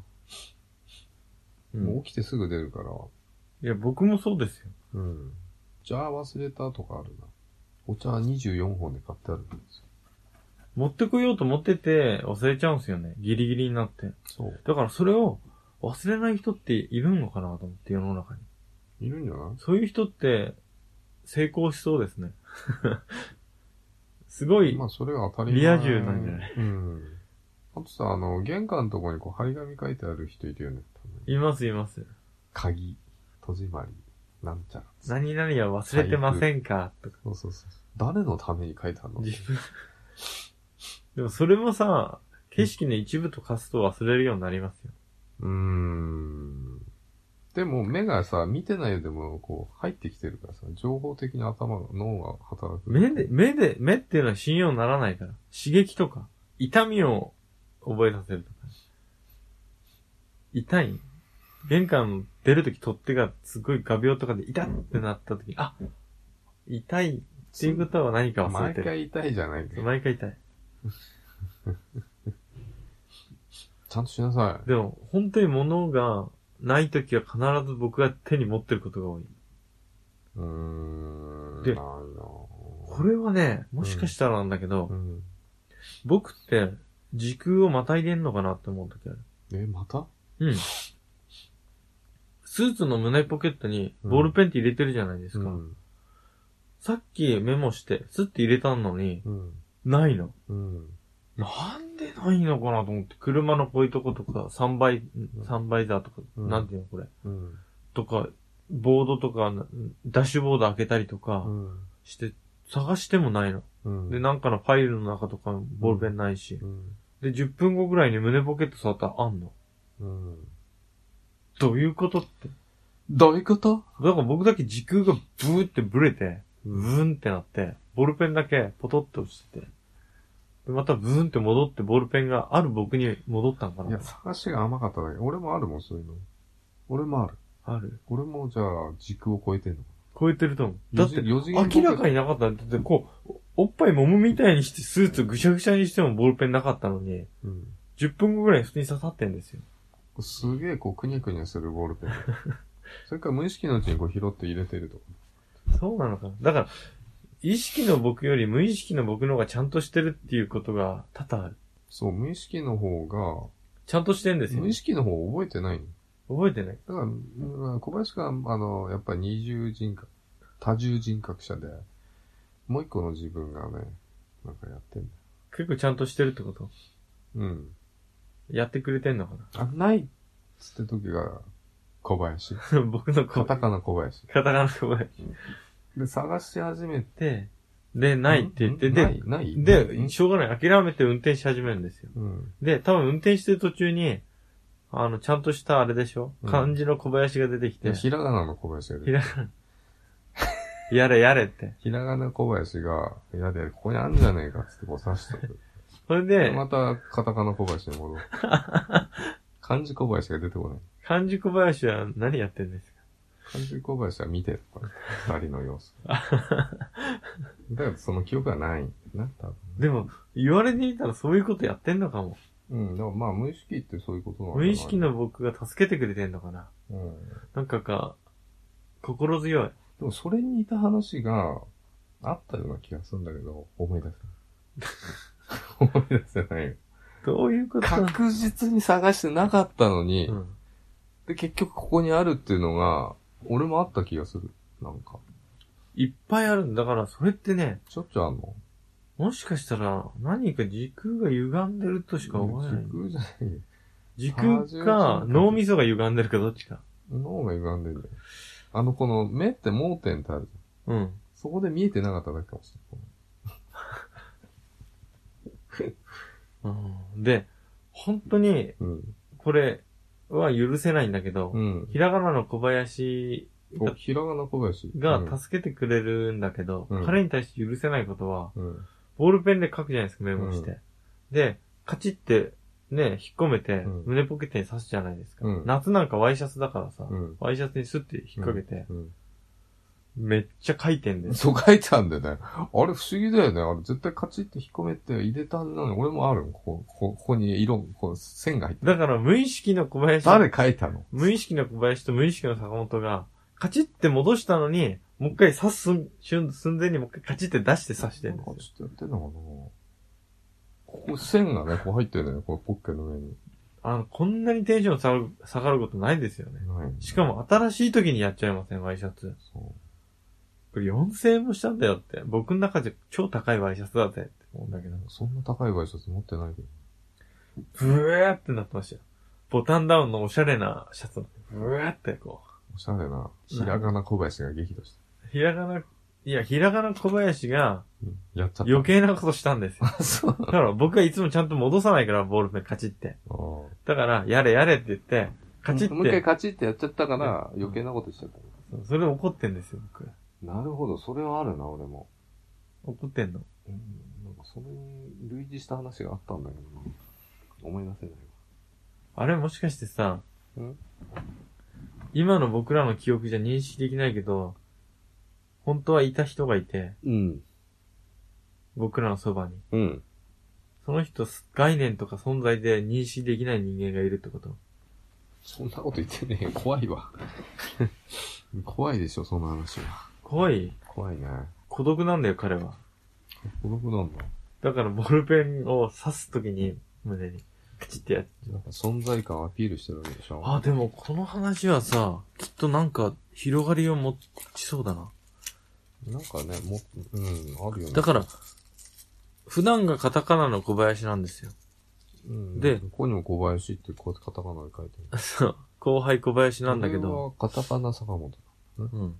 Speaker 1: う
Speaker 2: も
Speaker 1: ん
Speaker 2: う。起きてすぐ出るから。
Speaker 1: いや、僕もそうですよ。
Speaker 2: うん。じゃあ忘れたとかあるな。お茶24本で買ってあるんですよ。
Speaker 1: 持ってこようと思ってて、忘れちゃうんですよね。ギリギリになって。
Speaker 2: そう。
Speaker 1: だからそれを、忘れない人っているのかなと思って、世の中に。
Speaker 2: いるんじゃない
Speaker 1: そういう人って、成功しそうですね。 すごい
Speaker 2: ま、あ、それが当たり前。
Speaker 1: リア充なんじゃない
Speaker 2: うん。あとさ、あの、玄関のところにこう、張り紙書いてある人いるよね。多分
Speaker 1: いますいます。
Speaker 2: 鍵、戸締まり、なんちゃら。
Speaker 1: 何々は忘れてませんかとか。
Speaker 2: そうそうそう。誰のために書いてあるの
Speaker 1: 自分。でもそれもさ、景色の一部と化すと忘れるようになりますよ。
Speaker 2: うーん。でも、目がさ、見てないよでも、こう、入ってきてるからさ、情報的に頭が、脳が働く。
Speaker 1: 目で、目で、目っていうのは信用にならないから。刺激とか、痛みを覚えさせるとか。痛い玄関出るとき取っ手がすごい画鋲とかで痛ってなったとき、あ、痛いっていうことは何か忘れ
Speaker 2: 毎
Speaker 1: てる。
Speaker 2: 回痛いじゃないか
Speaker 1: そう。毎回痛い。
Speaker 2: ちゃんとしなさい。
Speaker 1: でも、本当に物がないときは必ず僕が手に持ってることが多い。
Speaker 2: うーん。
Speaker 1: で
Speaker 2: ないな
Speaker 1: これはね、もしかしたらなんだけど、
Speaker 2: うん。
Speaker 1: 僕って時空をまたいでんのかなって思うときある。
Speaker 2: え、また
Speaker 1: うん。スーツの胸ポケットにボールペンって入れてるじゃないですか。
Speaker 2: ん。
Speaker 1: さっきメモして、スッて入れたのに、
Speaker 2: うん。
Speaker 1: ないの。
Speaker 2: うん。
Speaker 1: なんでないのかなと思って、車のこういうとことか、サンバイ、サンバイザーとか、
Speaker 2: うん
Speaker 1: なんていうのこれ、
Speaker 2: うん。
Speaker 1: とか、ボードとか、ダッシュボード開けたりとか
Speaker 2: うん。
Speaker 1: して、探してもないの。
Speaker 2: うん。
Speaker 1: で、なんかのファイルの中とかボールペンないし
Speaker 2: う。ん。
Speaker 1: で、10分後ぐらいに胸ポケット触ったらあんの。
Speaker 2: うん。
Speaker 1: どういうことって。
Speaker 2: どういうこと
Speaker 1: だから僕だけ時空がブーってブレて、ブーンってなって、ボールペンだけポトって落ちてて、でまたブーンって戻ってボールペンがある僕に戻ったんか
Speaker 2: いや、
Speaker 1: な。
Speaker 2: 探しが甘かっただけ。俺もあるもん、そういうの。俺もある。
Speaker 1: ある
Speaker 2: 俺も、じゃあ、時空を超えてんの
Speaker 1: 超えてると思う。だって、
Speaker 2: 4次元
Speaker 1: 明らかになかった。だって、こう、おっぱい揉むみたいにしてスーツぐしゃぐしゃにしてもボールペンなかったのに、
Speaker 2: うん。
Speaker 1: 10分後ぐらいに普通に刺さってんですよ。
Speaker 2: すげえ、こう、くにゃくにゃするボール ペン。それから無意識のうちにこう拾って入れてるとか。
Speaker 1: そうなのかな。だから、意識の僕より無意識の僕の方がちゃんとしてるっていうことが多々ある。
Speaker 2: そう、無意識の方が、
Speaker 1: ちゃんとしてんですよ
Speaker 2: 無。意識の方覚えてないの。
Speaker 1: 覚えてない。
Speaker 2: だからうん、小林が、あの、やっぱり二重人格、多重人格者で、もう一個の自分がね、なんかやってんだ
Speaker 1: 結構ちゃんとしてるってこと
Speaker 2: よ。うん。
Speaker 1: やってくれてんのかな
Speaker 2: あ、ないっつって時が、小林。
Speaker 1: 僕の
Speaker 2: カ
Speaker 1: 声。
Speaker 2: タカナ小林。
Speaker 1: カタカナの声
Speaker 2: で、探し始めて、
Speaker 1: で、で、ないって言って、
Speaker 2: んな
Speaker 1: で
Speaker 2: い、、ない
Speaker 1: で、しょうがない。諦めて運転し始めるんですよ。
Speaker 2: うん。
Speaker 1: で、多分運転してる途中に、あの、ちゃんとしたあれでしょ、
Speaker 2: うん
Speaker 1: 漢字の小林が出てきて
Speaker 2: で、、ひらがなの小林が出
Speaker 1: ひ
Speaker 2: て
Speaker 1: らやれやれって。
Speaker 2: ひらがな小林が、いやで、ここにあんじゃねえかっつってこう刺し てくる。
Speaker 1: それで、
Speaker 2: でまた、カタカナ小林 に戻る。漢字小林が出てこない。
Speaker 1: 漢字小林は何やってんですか
Speaker 2: 漢字小林は見てるから、二人の 様子。だからその記憶がないんだな、多分。
Speaker 1: でも、言われてみたらそういうことやってんのかも。
Speaker 2: うん、でもまあ無意識ってそういうことなんだな
Speaker 1: 無意識。の僕が助けてくれてんのかな
Speaker 2: うん。
Speaker 1: なんかか、心強い。
Speaker 2: でもそれに似た話があったような気がするんだけど、思い出せ ない。思い出せないよ。
Speaker 1: どういうこと
Speaker 2: 確実に探してなかったのに、
Speaker 1: うん。
Speaker 2: で、結局ここにあるっていうのが、俺もあった気がする。なんか。
Speaker 1: いっぱいあるんだだから、それってね、
Speaker 2: しょっちゅうあんの
Speaker 1: もしかしたら、何か時空が歪んでるとしか思えない
Speaker 2: 時。空じゃないよ。
Speaker 1: 時空
Speaker 2: 多重人
Speaker 1: か、
Speaker 2: 格
Speaker 1: 脳みそが歪んでるかどっちか。
Speaker 2: 脳が歪んでるんだよ。あの、この目って盲点ってあるじゃん。
Speaker 1: うん。
Speaker 2: そこで見えてなかっただけかもしれない。
Speaker 1: うん、で、本当に、
Speaker 2: うん。
Speaker 1: これは許せないんだけど、
Speaker 2: うん。
Speaker 1: ひらがなの小林
Speaker 2: おひらがな小林。
Speaker 1: が助けてくれるんだけど、
Speaker 2: うん
Speaker 1: 彼に対して許せないことは、
Speaker 2: うん。うん
Speaker 1: ボールペンで書くじゃないですか、メモして。で、カチって、ね、引っ込めて、
Speaker 2: うん
Speaker 1: 胸ポケットに刺すじゃないですか。
Speaker 2: うん
Speaker 1: 夏なんかワイシャツだからさ、
Speaker 2: うん。
Speaker 1: ワイシャツにスッて引っ掛けて、
Speaker 2: うん。
Speaker 1: めっちゃ書いてんです。
Speaker 2: そう書いてあるんだよね。あれ不思議だよね。あれ絶対カチッて引っ込めて入れたはずなのに、俺もあるもん。ここ、ここここに色、こう線が入ってる。
Speaker 1: だから無意識の小林、
Speaker 2: 誰書いたの
Speaker 1: 無意識の小林と無意識の坂本が、カチって戻したのに、もう一回刺す瞬寸前にもう一回カチって出して刺してるんです
Speaker 2: なん
Speaker 1: よ
Speaker 2: か。ちょっとやってんのかなここ線がね、こう入ってるね。このポッケの上に。
Speaker 1: あの、こんなにテンション下がる下がることないですよね。
Speaker 2: ない
Speaker 1: しかも新しい時にやっちゃいません、ワイシャツ。
Speaker 2: そ
Speaker 1: これ4000円もしたんだよって。僕の中で超高いワイシャツだぜって思うんだけど。
Speaker 2: う。そんな高いワイシャツ持ってないけど。
Speaker 1: ブエーってなってましたよ。ボタンダウンのおしゃれなシャツ。ブエーってこ
Speaker 2: おしゃれな、ひらがな小林が激怒した。
Speaker 1: う。ひらがな、いや、ひらがな小林が
Speaker 2: うんやっちゃった。
Speaker 1: 余計な ことしたんですよ。
Speaker 2: あ、そう。
Speaker 1: だから僕はいつもちゃんと戻さないから、ボールペンカチって。
Speaker 2: あー
Speaker 1: だから、やれやれって言って、カチっ
Speaker 2: もう一回
Speaker 1: て、
Speaker 2: カチってやっちゃったから、余計なことしちゃった。
Speaker 1: それで怒ってんですよ、僕。
Speaker 2: なるほど、それはあるな、俺も。
Speaker 1: 怒ってんの。
Speaker 2: うん、なんかそれに類似した話があったんだけどな。思い出せないわ。
Speaker 1: あれもしかしてさ
Speaker 2: うん、
Speaker 1: 今の僕らの記憶じゃ認識できないけど、本当はいた人がいて、
Speaker 2: うん。
Speaker 1: 僕らのそばに。
Speaker 2: うん。
Speaker 1: その人す、概念とか存在で認識できない人間がいるってこと。
Speaker 2: そんなこと言ってねえよ。怖い わ。怖いでしょ、その話は。
Speaker 1: 怖い
Speaker 2: 怖いね。
Speaker 1: 孤独なんだよ、彼は。
Speaker 2: 孤独なんだ。
Speaker 1: だから、ボールペンを刺すときに、胸に、プチってやっ
Speaker 2: なんか存在感をアピールしてるわけでしょ。
Speaker 1: あ、でも、この話はさ、きっとなんか、広がりを持ちそうだな。
Speaker 2: なんかね、も、うん、あるよね。
Speaker 1: だから、普段がカタカナの小林なんですよ。
Speaker 2: うん、
Speaker 1: で
Speaker 2: ここにも小林ってこうカタカナで書いてある。
Speaker 1: そう。後輩小林なんだけど。
Speaker 2: これはカタカナ坂本。
Speaker 1: うん。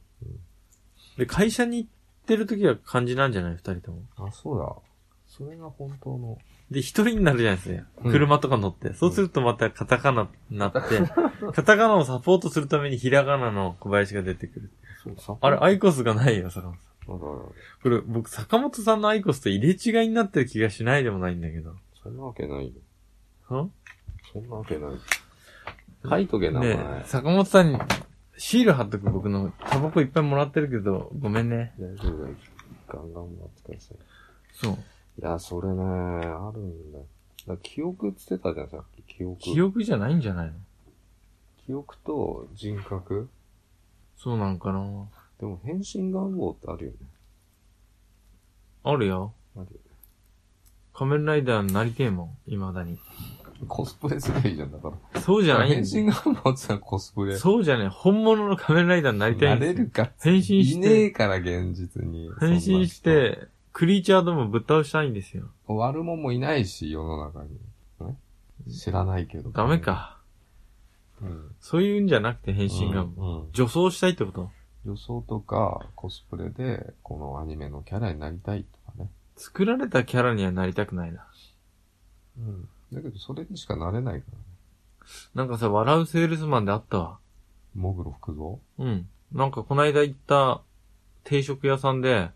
Speaker 1: で、会社に行ってる時は漢字なんじゃない二人とも。
Speaker 2: あ、そうだ。それが本当の。
Speaker 1: で、一人になるじゃないですか。
Speaker 2: うん
Speaker 1: 車とか乗って。そうするとまたカタカナになって、カタカナをサポートするためにひらがなの小林が出てくる。
Speaker 2: そう、坂
Speaker 1: あれ、アイコスがないよ、坂本さん。
Speaker 2: あらあら
Speaker 1: これ、僕、坂本さんのアイコスと入れ違いになってる気がしないでもないんだけど。
Speaker 2: そんなわけないよ。
Speaker 1: ん
Speaker 2: そんなわけない。書いとけな、
Speaker 1: ね
Speaker 2: お前
Speaker 1: え、。坂本さんに、シール貼っとく僕の、タバコいっぱいもらってるけど、ごめんね。
Speaker 2: 大丈夫だよ。ガンガンもらってください。
Speaker 1: そう。
Speaker 2: いや、それね、あるんだよ。だから記憶って言ってたじゃん、さっき。記憶。
Speaker 1: 記憶じゃないんじゃないの
Speaker 2: 記憶と人格
Speaker 1: そうなんかな
Speaker 2: でも変身願望ってあるよね。
Speaker 1: あるよ。
Speaker 2: あるよ
Speaker 1: 仮面ライダーになりてえもん、未だに。
Speaker 2: ね。コスプレすればいいじゃん、だから。
Speaker 1: そうじゃない
Speaker 2: 変
Speaker 1: ん
Speaker 2: 身願望ってさ、コスプレ。
Speaker 1: そうじゃねえ。本物の仮面ライダーになりたい
Speaker 2: なん
Speaker 1: で
Speaker 2: れ
Speaker 1: すよ
Speaker 2: るか。
Speaker 1: 変身
Speaker 2: い
Speaker 1: し
Speaker 2: ねえ
Speaker 1: て、
Speaker 2: から、現実に。
Speaker 1: 変身し
Speaker 2: そんな人。
Speaker 1: て、クリーチャーどもぶっ倒したいんですよ。
Speaker 2: 悪者もいないし、世の中に。ね知らないけど。
Speaker 1: ダメ。か。
Speaker 2: うん。
Speaker 1: そういうんじゃなくて変身が、
Speaker 2: うんうん
Speaker 1: 女装したいってこと
Speaker 2: 予想とか、コスプレで、このアニメのキャラになりたいとかね。
Speaker 1: 作られたキャラにはなりたくないな。
Speaker 2: うん。だけど、それにしかなれないからね。
Speaker 1: なんかさ、笑うセールスマンであったわ。
Speaker 2: モグロ福蔵
Speaker 1: うん。なんかこないだ行った定食屋さんで、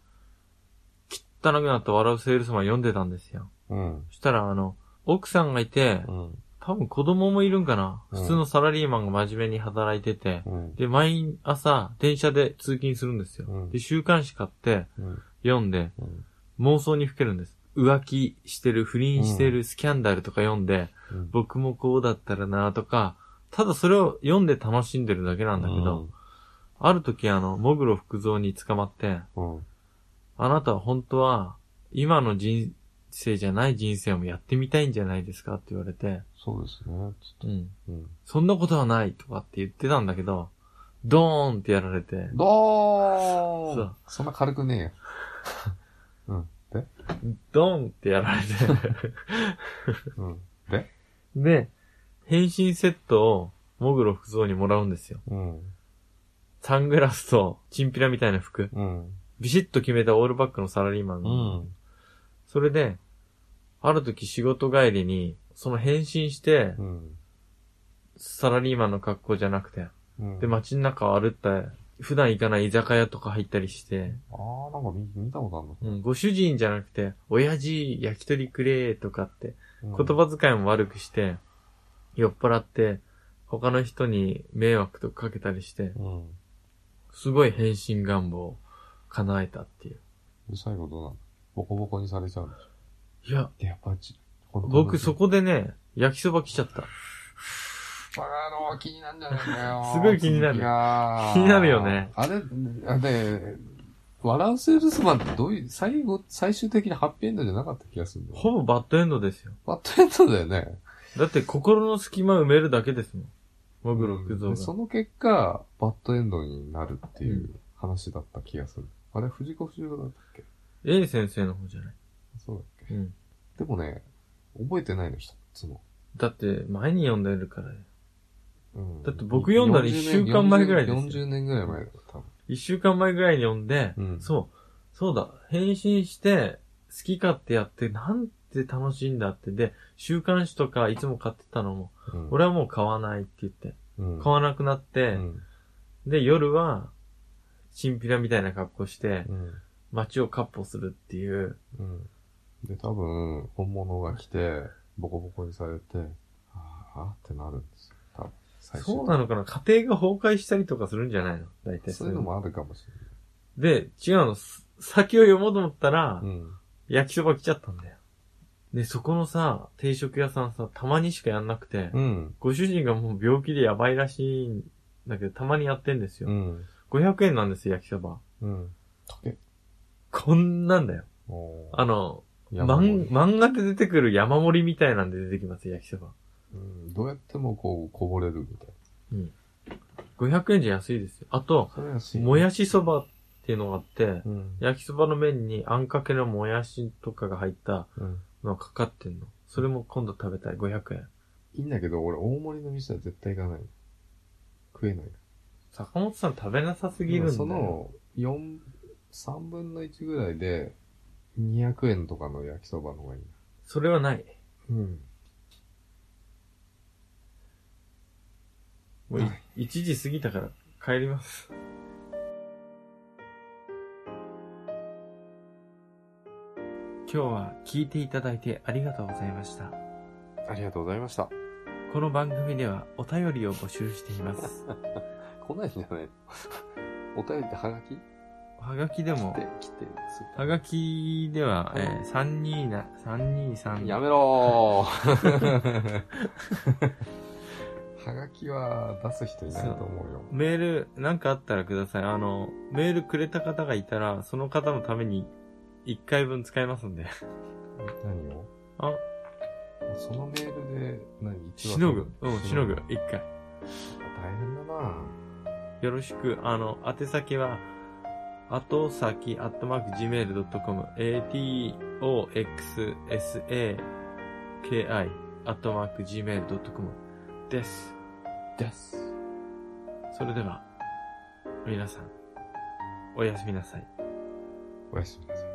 Speaker 1: 汚くなった笑うセールスマン読んでたんですよ。
Speaker 2: うん。
Speaker 1: そしたらあの、奥さんがいて、
Speaker 2: うん。
Speaker 1: 多分子供もいるんかな。
Speaker 2: うん
Speaker 1: 普通のサラリーマンが真面目に働いてて、
Speaker 2: うん。
Speaker 1: で、毎朝電車で通勤するんですよ。
Speaker 2: うん
Speaker 1: で、週刊誌買って
Speaker 2: うん。
Speaker 1: 読んで、
Speaker 2: うん。
Speaker 1: 妄想にふけるんです。浮気してる、不倫してる、スキャンダルとか読んで、
Speaker 2: うん
Speaker 1: 僕もこうだったらなとか、ただそれを読んで楽しんでるだけなんだけど、ある時あの、モグロ福蔵に捕まって、
Speaker 2: うん。
Speaker 1: あなたは本当は、今の人生じゃない人生もやってみたいんじゃないですかって言われて、
Speaker 2: そうですね。つって
Speaker 1: うん。
Speaker 2: うん。
Speaker 1: そんなことはないとかって言ってたんだけど、ドーンってやられて、
Speaker 2: ど
Speaker 1: そ
Speaker 2: ーん
Speaker 1: う
Speaker 2: そんな軽くねえよ。うん。で
Speaker 1: ドーンってやられて、
Speaker 2: うん。で
Speaker 1: で、変身セットを、モグロ服装にもらうんですよ。
Speaker 2: うん。
Speaker 1: サングラスと、チンピラみたいな服。
Speaker 2: うん。
Speaker 1: ビシッと決めたオールバックのサラリーマン。
Speaker 2: うん。
Speaker 1: それで、ある時仕事帰りに、その変身して
Speaker 2: う、ん。
Speaker 1: サラリーマンの格好じゃなくて、
Speaker 2: うん
Speaker 1: で、、街の中を歩った、普段行かない居酒屋とか入ったりして、
Speaker 2: あー、なんか見見たこと
Speaker 1: うん、ご主人じゃなくて、親父、焼き鳥くれーとかって、
Speaker 2: あるの
Speaker 1: 言葉遣いも悪くして、酔っ払って、他の人に迷惑とかかけたりして、
Speaker 2: うん。うん
Speaker 1: すごい変身願望を叶えたっていう。
Speaker 2: で最後どうなのボコボコにされちゃうんでし
Speaker 1: いや、
Speaker 2: ょ。やっぱち、本当の
Speaker 1: 僕そこでね、焼きそば来ちゃった。。
Speaker 2: バカ野郎気になるんじゃないかよ
Speaker 1: すごい気になる
Speaker 2: 続きが
Speaker 1: 気になるよね。
Speaker 2: あれ、あれ、笑うセールスマンってどういう、最後、最終的にハッピーエンドじゃなかった気がするんだよ。
Speaker 1: ほぼバッドエンドですよ。
Speaker 2: バッドエンドだよね。
Speaker 1: だって心の隙間埋めるだけですもん。モグロクゾ
Speaker 2: で
Speaker 1: が。
Speaker 2: その結果、バッドエンドになるっていう話だった気がする。あれ、藤子不二雄だったっけ
Speaker 1: A 先生の方じゃない。
Speaker 2: そうだっけ
Speaker 1: うん。
Speaker 2: でもね、覚えてないの、一つも。
Speaker 1: だって、前に読んでるからよ。
Speaker 2: うん
Speaker 1: だって僕読んだの一週間前ぐらいですよ
Speaker 2: 40年ぐらい前だった。多分
Speaker 1: 一週間前ぐらいに読んで、
Speaker 2: うん
Speaker 1: そう、そうだ、変身して、好き勝手やって、なんて楽しいんだって。で、週刊誌とかいつも買ってたのも、
Speaker 2: うん、
Speaker 1: 俺はもう買わないって言って、
Speaker 2: うん、
Speaker 1: 買わなくなって、
Speaker 2: うん
Speaker 1: で、夜は、チンピラみたいな格好して、
Speaker 2: うん
Speaker 1: 街を割歩するっていう、
Speaker 2: うん。で、多分、本物が来て、ボコボコにされて、あーあーってなるんですよ。多最終的
Speaker 1: そ
Speaker 2: に
Speaker 1: うなのかな家庭が崩壊したりとかするんじゃないの大体
Speaker 2: そういうのもあるかもし
Speaker 1: で、違うの。す先を読もうと思ったら
Speaker 2: れ、ない。うん。
Speaker 1: 焼きそば来ちゃったんだよ。で、そこのさ、定食屋さんさ、たまにしかやんなくて、
Speaker 2: うん。
Speaker 1: ご主人がもう病気でやばいらしいんだけど、たまにやってんです
Speaker 2: う
Speaker 1: よ。
Speaker 2: ん。
Speaker 1: 500円なんですよ、焼きそば。
Speaker 2: うん。溶け。
Speaker 1: こんなんだよ。
Speaker 2: おー
Speaker 1: あの、
Speaker 2: 山盛
Speaker 1: 漫漫
Speaker 2: り
Speaker 1: 画で出てくる山盛りみたいなんで出てきます、焼きそば。
Speaker 2: うんどうやってもこう、こぼれるみたいな。
Speaker 1: 500円じゃ安いですよ。あと、
Speaker 2: それはし
Speaker 1: もやしそばっていうのがあって、
Speaker 2: うん。
Speaker 1: 焼きそばの麺にあんかけのもやしとかが入った
Speaker 2: うん。
Speaker 1: のがかかってんの。それも今度食べたい、500円。
Speaker 2: いいんだけど、俺、大盛りの店は絶対行かない。食えない。
Speaker 1: 坂本さん食べなさすぎるんだよ。
Speaker 2: その、四3分の1ぐらいで、200円とかの焼きそばの方がいいな。
Speaker 1: それはない。
Speaker 2: うん。
Speaker 1: もうい1時過ぎたから帰ります。今日は聞いていただいてありがとうございました。
Speaker 2: ありがとうございました。
Speaker 1: この番組ではお便りを募集してい ます。
Speaker 2: 来ないんじゃない お便りってハガキ
Speaker 1: はがきでも、
Speaker 2: で、来て、す
Speaker 1: はがきでは、えー、32な、323。
Speaker 2: やめろ ーはがきは出す人いないと思うよ。
Speaker 1: メール、なんかあったらください。あの、メールくれた方がいたら、その方のために1回分使います んで。
Speaker 2: 何を
Speaker 1: あ、
Speaker 2: そのメールで何、一話
Speaker 1: しのぐ。うん、しのぐ。1回。
Speaker 2: 大変だな
Speaker 1: よろしく、あの、宛先は、後先、アットマーク、gmail.com、atoxsaki、アットマーク、gmail.com です。
Speaker 2: です。
Speaker 1: それでは、皆さん、おやすみなさい。
Speaker 2: おやすみなさい。